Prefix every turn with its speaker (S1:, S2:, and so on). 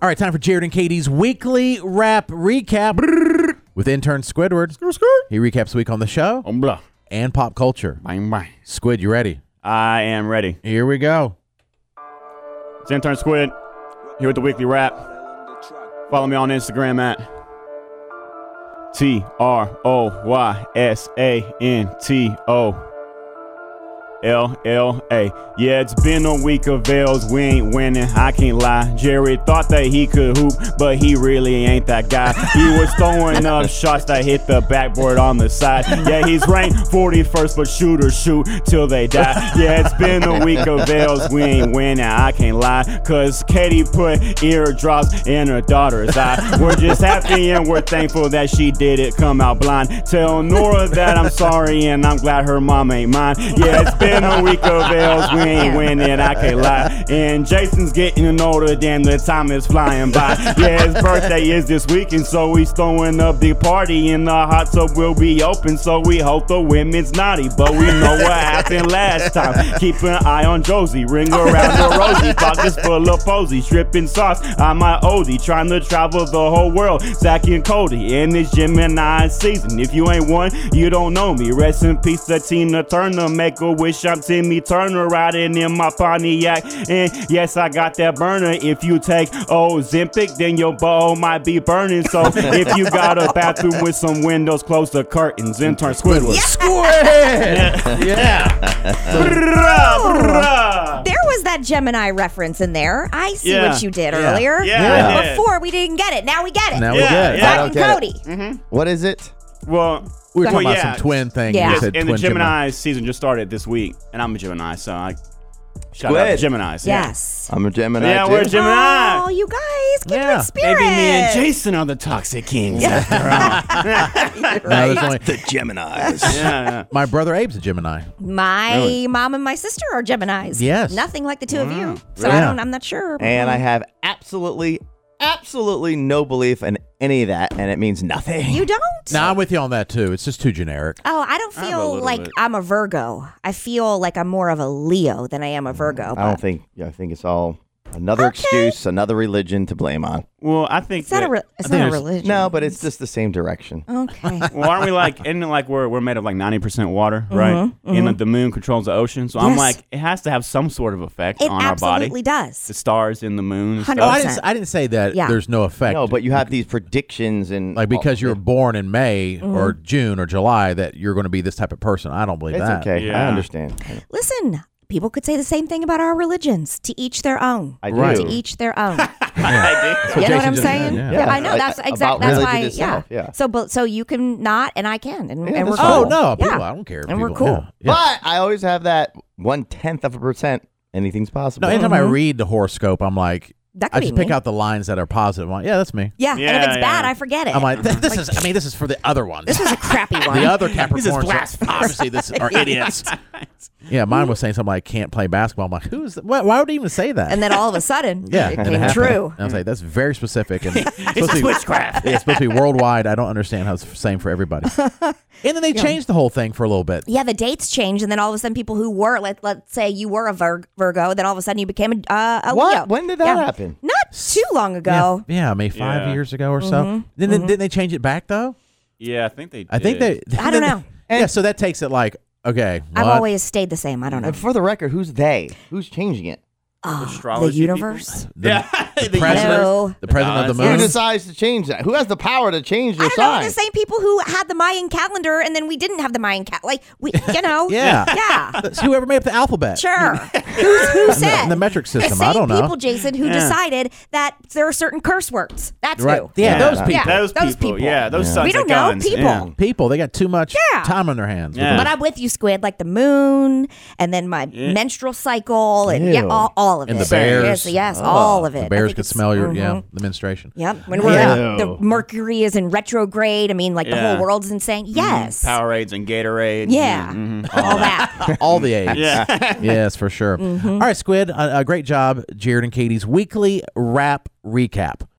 S1: All right, time for Jared and Katie's weekly wrap recap with intern Squidward. He recaps the week on the show
S2: Um, blah.
S1: and pop culture.
S2: Bang, bang.
S1: Squid, you ready?
S2: I am ready.
S1: Here we go.
S2: It's Intern Squid here with the weekly wrap. Follow me on Instagram at T R O Y S A N T O L L A. Yeah, it's been a week of L's. We ain't winning. I can't lie. Jerry thought that he could hoop, but he really ain't that guy. He was throwing up shots that hit the backboard on the side. Yeah, he's ranked 41st, but shooters shoot till they die. Yeah, it's been a week of L's. We ain't winning. I can't lie. Cause Katie put eardrops in her daughter's eye. We're just happy and we're thankful that she did it come out blind. Tell Nora that I'm sorry and I'm glad her mom ain't mine. Yeah, it's been a week of L's. We ain't winning, I can't lie. And Jason's getting older than the time is flying by. Yeah, his birthday is this weekend, so he's throwing up the party and the hot tub will be open. So we hope the women's naughty, but we know what happened last time. Keep an eye on Josie, ring around the Rosie. Pockets full of posy, stripping sauce. I'm my oldie, trying to travel the whole world. Zach and Cody in this Gemini season. If you ain't one, you don't know me. Rest in peace to Tina Turner. Make a wish I'm Timmy Turner riding in my Pontiac. And yes, I got that burner. If you take Ozempic, then your bowl might be burning. So if you got a bathroom with some windows, close the curtains. Intern Squidward.
S1: Squid! yeah.
S2: Yeah.
S3: There was that Gemini reference in there. I see
S2: Yeah.
S3: what you did
S4: Yeah.
S3: earlier.
S2: Yeah, I did.
S3: Before we didn't get it. Now we get it.
S1: Now we
S2: Yeah,
S1: get it.
S2: yeah.
S3: Zach
S4: I
S3: and
S4: don't
S3: Cody.
S2: Mm-hmm.
S4: What is it?
S2: Well,
S1: We were
S2: Well,
S1: talking about
S2: yeah.
S1: some twin thing.
S3: Yeah.
S1: You
S3: Yes,
S1: said
S2: and the
S1: twin Gemini.
S2: Gemini season just started this week, and I'm a Gemini, so I shout out to
S4: Squid.
S2: Gemini's.
S3: Yes.
S4: I'm a Gemini.
S2: Yeah,
S4: too.
S2: we're Gem- Gemini.
S3: Oh, you guys, kindred
S1: Yeah.
S2: Maybe
S3: spirit.
S2: me and Jason are the toxic kings. Yeah,
S1: No, there's only-
S4: the Geminis.
S2: yeah.
S1: my brother Abe's a Gemini.
S3: My mom and my sister are Geminis.
S1: Yes.
S3: Nothing like the two of you.
S2: Mm-hmm.
S3: So I
S1: Yeah.
S3: don't, I'm not sure.
S4: And I have absolutely, absolutely no belief in any of that, and it means nothing.
S3: you don't?
S1: Now I'm with you on that too. It's just too generic.
S3: Oh, I don't
S2: I have a
S3: feel
S2: little
S3: like
S2: bit.
S3: I'm a Virgo. I feel like I'm more of a Leo than I am a Virgo.
S4: I don't think. Yeah, I think it's all another excuse, another religion to blame on.
S2: Well, I think
S3: It's not a,
S2: that-
S3: re- it's
S2: I think
S3: not a
S2: there's-
S3: religion.
S4: No, but it's just the same direction.
S3: Okay.
S2: Well, aren't we like? Isn't it like we're we're made of like ninety percent water, right? And like the moon controls the ocean, so I'm
S3: Yes.
S2: like, it has to have some sort of effect
S3: It
S2: on our body.
S3: absolutely
S2: The
S3: does.
S2: stars and the moon. And
S3: Hundred-
S1: Oh,
S2: stuff.
S1: I didn't, I didn't say that
S3: Yeah.
S1: there's no effect.
S4: No, but Oh, you have these predictions and
S1: like because you were born in May
S3: Mm-hmm.
S1: or June or July that you're going to be this type of person. I don't believe
S4: It's
S1: that.
S4: okay.
S2: Yeah.
S4: I understand.
S3: Listen, people could say the same thing about our religions. To each their own.
S4: I do.
S1: Right.
S3: To each their own.
S2: I
S3: you know what
S1: Jason
S3: I'm
S1: just
S3: saying?
S1: said, yeah.
S3: Yeah, I know.
S4: Like,
S3: That's
S4: about
S3: exactly. That's
S4: religion
S3: why.
S4: itself,
S3: yeah.
S4: yeah.
S3: So, but so you can not, and I can, and, and we're
S4: that's
S3: cool.
S1: Oh
S4: Cool.
S1: no, people,
S3: Yeah.
S1: I don't care. if
S3: And we're
S1: people-
S3: cool.
S1: yeah. Yeah.
S4: But I always have that one tenth of a percent. Anything's possible.
S1: No, anytime I read the horoscope, I'm like,
S3: That could
S1: I
S3: be
S1: just pick
S3: me.
S1: out the lines that are positive. I'm like, yeah, that's me.
S3: Yeah, and
S2: Yeah,
S3: if it's bad,
S2: yeah.
S3: I forget it.
S1: I'm like, th- this is. I mean, this is for the other one.
S3: this is a crappy one.
S1: the other
S2: This is
S1: Capricorns.
S2: blasphemous.
S1: are- Obviously, this are idiots. yeah, mine was saying something like, "Can't play basketball." I'm like, "Who's? That? Why, why would he even say that?"
S3: and then all of a sudden,
S1: yeah,
S3: it
S1: and
S3: came
S1: happened.
S3: true.
S1: And I was like, "That's very specific." And it's witchcraft. Yeah, it's supposed to be worldwide. I don't understand how it's the same for everybody. and then they changed the whole thing for a little bit.
S3: Yeah, the dates changed, and then all of a sudden, people who were let let's say you were a Vir- Virgo, then all of a sudden you became a, uh, a
S4: What?
S3: Leo.
S4: When did that
S3: Yeah.
S4: happen?
S3: Not too long ago.
S1: Yeah, yeah maybe five
S2: Yeah.
S1: years ago or so.
S3: Mm-hmm.
S1: Then, then didn't they change it back though?
S2: yeah, I think they. Did.
S1: I think they.
S3: I don't know.
S1: yeah, so that takes it like okay.
S3: I've
S1: what?
S3: always stayed the same. I don't know. Ah,
S4: And for the record, who's they? Who's changing it?
S3: The
S2: astrology people.
S3: universe.
S1: the,
S2: Yeah,
S1: the
S2: the
S1: president,
S3: universe.
S1: the president of the
S4: Who
S1: moon.
S4: decides to change that? Who has the power to change
S3: I
S4: their
S3: don't know.
S4: sign?
S3: The same people who had the Mayan calendar, and then we didn't have the Mayan cat. Like we, you know.
S1: Yeah.
S3: Yeah.
S1: It's whoever made up the alphabet.
S3: Sure. Who's, who
S1: In the,
S3: said?
S1: in the metric
S3: The
S1: system.
S3: same
S1: I don't know.
S3: people, Jason, who decided that there are certain curse words. That's
S1: right?
S3: who.
S1: Yeah,
S2: Yeah.
S1: those people.
S3: Yeah.
S2: Those,
S3: Those
S2: people.
S3: people.
S2: Yeah, those sons
S3: We don't
S2: of
S3: know,
S2: guns.
S3: people.
S2: Yeah.
S1: People. They got too much
S3: Yeah.
S1: time on their hands. with
S2: Yeah.
S1: them.
S3: But I'm with you, Squid. Like the moon, and then my menstrual cycle, and yeah,
S4: Ew.
S3: all, all of it.
S1: And the bears.
S3: Yes, yes, all of it.
S1: Oh, the
S3: I
S1: bears
S3: think
S1: could
S3: it's-
S1: smell your yeah
S3: mhm.
S1: the menstruation.
S3: Yep. When we're
S4: Yeah.
S3: the Mercury is in retrograde. I mean, like the
S2: Yeah.
S3: whole world's insane. Yes.
S2: Powerades and Gatorade.
S3: Yeah.
S2: Mhm.
S3: All that.
S1: All the AIDS.
S2: Yeah.
S1: yes, for
S3: Mm-hmm.
S1: sure. All right, Squid. A, a great job, Jared and Katie's weekly wrap recap.